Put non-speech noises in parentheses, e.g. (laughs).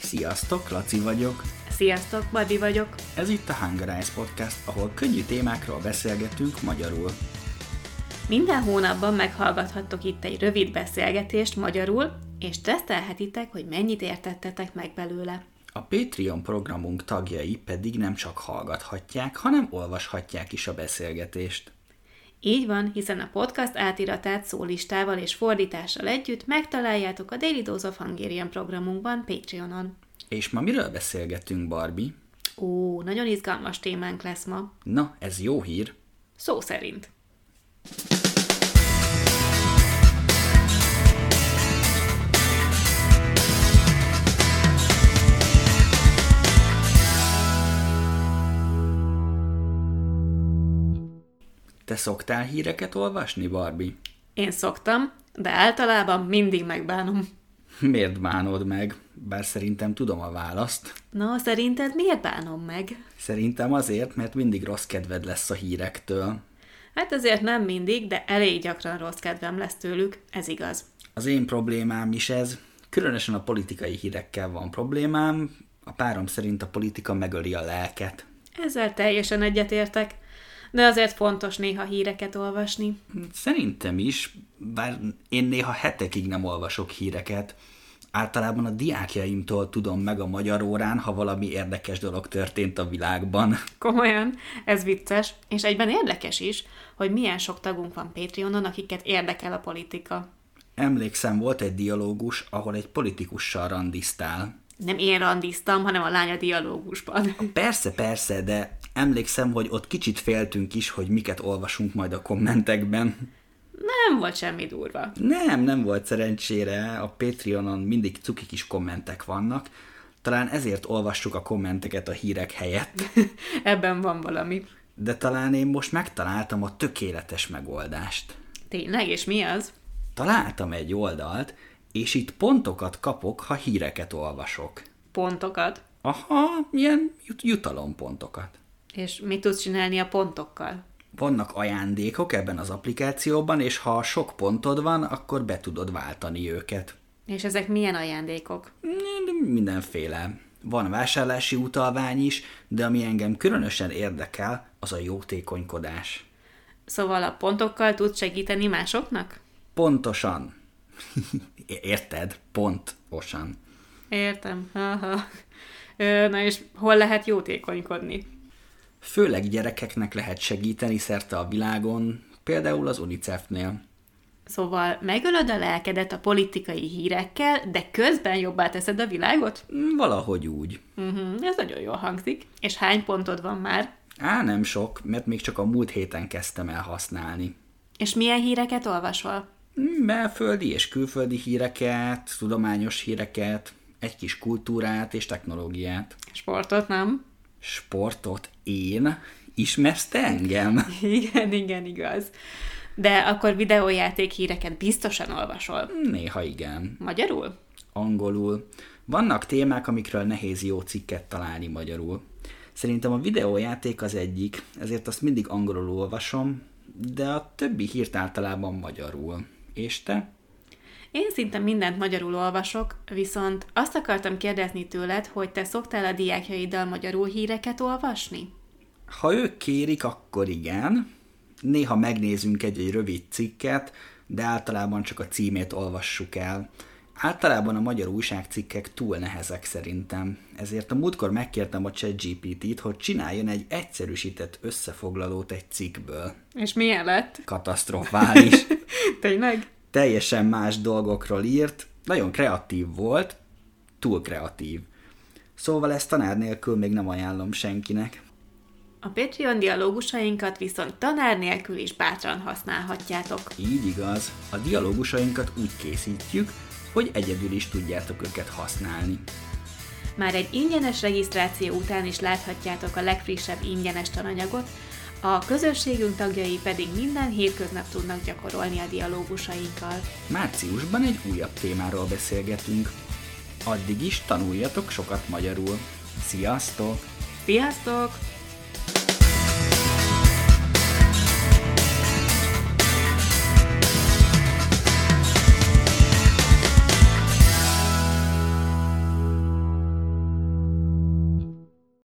Sziasztok, Laci vagyok. Sziasztok, Babi vagyok. Ez itt a Hunger Eyes Podcast, ahol könnyű témákról beszélgetünk magyarul. Minden hónapban meghallgathattok itt egy rövid beszélgetést magyarul, és tesztelhetitek, hogy mennyit értettetek meg belőle. A Patreon programunk tagjai pedig nem csak hallgathatják, hanem olvashatják is a beszélgetést. Így van, hiszen a podcast átiratát szólistával és fordítással együtt megtaláljátok a Daily Dose of Hungarian programunkban Patreonon. És ma miről beszélgetünk, Barbie? Ó, nagyon izgalmas témánk lesz ma. Na, ez jó hír. Szó szerint. Te szoktál híreket olvasni, Barbie? Én szoktam, de általában mindig megbánom. Miért bánod meg? Bár szerintem tudom a választ. Na, szerinted miért bánom meg? Szerintem azért, mert mindig rossz kedved lesz a hírektől. Hát azért nem mindig, de elég gyakran rossz kedvem lesz tőlük, ez igaz. Az én problémám is ez. Különösen a politikai hírekkel van problémám. A párom szerint a politika megöli a lelket. Ezzel teljesen egyetértek, de azért fontos néha híreket olvasni. Szerintem is, bár én néha hetekig nem olvasok híreket. Általában a diákjaimtól tudom meg a magyar órán, ha valami érdekes dolog történt a világban. Komolyan, ez vicces, és egyben érdekes is, hogy milyen sok tagunk van Patreonon, akiket érdekel a politika. Emlékszem, volt egy dialógus, ahol egy politikussal randiztál. Nem én randiztam, hanem a lánya dialógusban. Persze, persze, de emlékszem, hogy ott kicsit féltünk is, hogy miket olvasunk majd a kommentekben. Nem volt semmi durva. (laughs) Nem, nem volt szerencsére, a Patreonon mindig cuki kis kommentek vannak, talán ezért olvassuk a kommenteket a hírek helyett, Ebben van valami. de talán én most megtaláltam a tökéletes megoldást. Tényleg, és mi az? Találtam egy oldalt, és itt pontokat kapok, ha híreket olvasok. Pontokat. Aha, ilyen jut- jutalompontokat. És mit tudsz csinálni a pontokkal? Vannak ajándékok ebben az applikációban, és ha sok pontod van, akkor be tudod váltani őket. És ezek milyen ajándékok? Mindenféle. Van vásárlási utalvány is, de ami engem különösen érdekel, az a jótékonykodás. Szóval a pontokkal tudsz segíteni másoknak? Pontosan. (laughs) Érted? Pontosan. Értem. (laughs) Aha. Ö, Na és hol lehet jótékonykodni? Főleg gyerekeknek lehet segíteni szerte a világon, például az UNICEF-nél. Szóval megölöd a lelkedet a politikai hírekkel, de közben jobbá teszed a világot? Valahogy úgy. Uh-huh, ez nagyon jól hangzik. És hány pontod van már? Á, nem sok, mert még csak a múlt héten kezdtem el használni. És milyen híreket olvasol? Mm, Belföldi és külföldi híreket, tudományos híreket, egy kis kultúrát és technológiát. Sportot, nem? Sportot én? Ismersz te engem? (laughs) Igen, igen, igaz. De akkor videójáték híreket biztosan olvasol. Néha igen. Magyarul? Angolul. Vannak témák, amikről nehéz jó cikket találni magyarul. Szerintem a videójáték az egyik, ezért azt mindig angolul olvasom, de a többi hírt általában magyarul. És te? Én szinte mindent magyarul olvasok, viszont azt akartam kérdezni tőled, hogy te szoktál a diákjaiddal magyarul híreket olvasni? Ha ők kérik, akkor igen. Néha megnézünk egy-egy rövid cikket, de általában csak a címét olvassuk el. Általában a magyar újságcikkek túl nehezek szerintem, ezért a múltkor megkértem a ChatGPT-t, hogy csináljon egy egyszerűsített összefoglalót egy cikkből. És milyen lett? Katasztrofális. (laughs) Tényleg? Teljesen más dolgokról írt, nagyon kreatív volt, túl kreatív. Szóval ezt tanár nélkül még nem ajánlom senkinek. A Patreon dialógusainkat viszont tanár nélkül is bátran használhatjátok. Így igaz, a dialógusainkat úgy készítjük, hogy egyedül is tudjátok őket használni. Már egy ingyenes regisztráció után is láthatjátok a legfrissebb ingyenes tananyagot, a közösségünk tagjai pedig minden hétköznap tudnak gyakorolni a dialógusainkkal. Márciusban egy újabb témáról beszélgetünk. Addig is tanuljatok sokat magyarul. Sziasztok! Sziasztok!